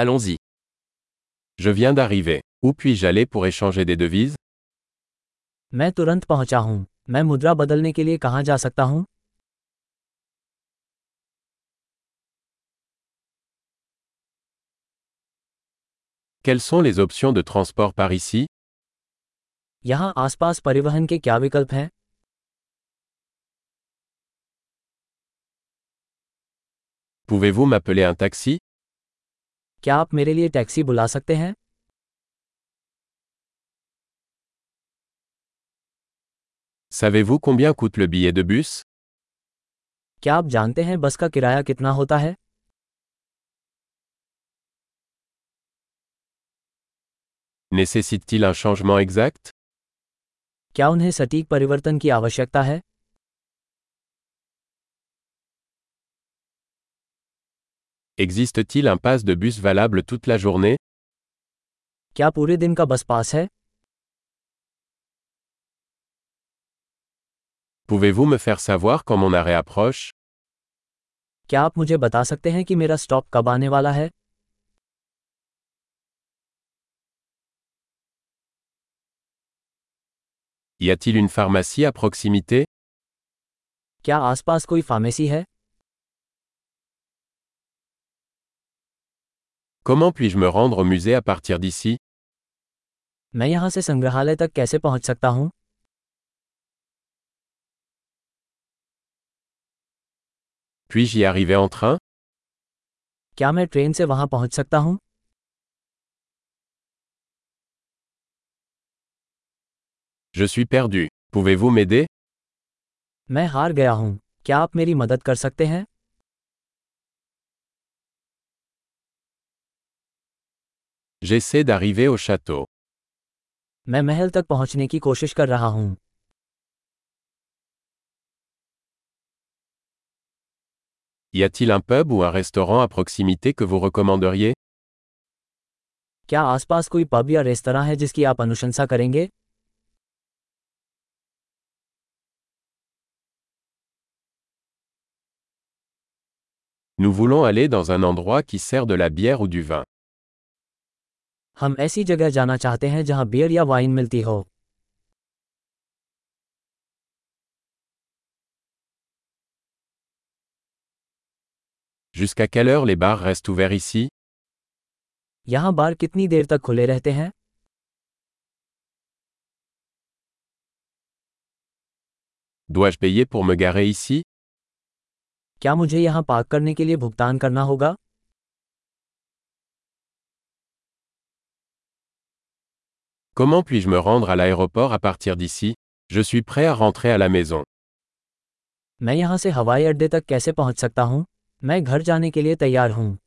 Allons-y. Je viens d'arriver. Où puis-je aller pour échanger des devises मैं तुरंत पहुंचा हूं मैं मुद्रा बदलने के लिए कहां जा सकता हूं Quelles sont les options de transport par ici यहां आसपास परिवहन के क्या विकल्प हैं Pouvez-vous m'appeler un taxi क्या आप मेरे लिए टैक्सी बुला सकते हैं Savez-vous combien coûte le billet de bus क्या आप जानते हैं बस का किराया कितना होता है Nécessite-t-il un changement exact क्या उन्हें सटीक परिवर्तन की आवश्यकता है Existe-t-il un pass de bus valable toute la journée क्या पूरे दिन का बस पास है Pouvez-vous me faire savoir quand mon arrêt approche क्या आप मुझे बता सकते हैं कि मेरा स्टॉप कब आने वाला है Y a-t-il une pharmacie à proximité क्या आसपास कोई फार्मेसी है Comment puis-je me rendre au musée à partir d'ici मैं यहां से संग्रहालय तक कैसे पहुंच सकता हूं Puis-je y arriver en train क्या मैं ट्रेन से वहां पहुंच सकता हूं Je suis perdu. Pouvez-vous m'aider मैं हार गया हूं क्या आप मेरी मदद कर सकते हैं J'essaie d'arriver au château. मैं महल तक पहुंचने की कोशिश कर रहा हूं Y a-t-il un pub ou un restaurant à proximité que vous recommanderiez क्या आसपास कोई पब या रेस्तरा है जिसकी आप अनुशंसा करेंगे Nous voulons aller dans un endroit qui sert de la bière ou du vin. हम ऐसी जगह जाना चाहते हैं जहां बियर या वाइन मिलती हो Jusqu'à quelle heure les bars restent ouverts ici यहाँ बार कितनी देर तक खुले रहते हैं Dois-je payer pour me garer ici क्या मुझे यहाँ पार्क करने के लिए भुगतान करना होगा Comment puis-je me rendre à l'aéroport à partir d'ici Je suis prêt à rentrer à la maison. मैं यहाँ से हवाई अड्डे तक कैसे पहुँच सकता हूँ मैं घर जाने के लिए तैयार हूँ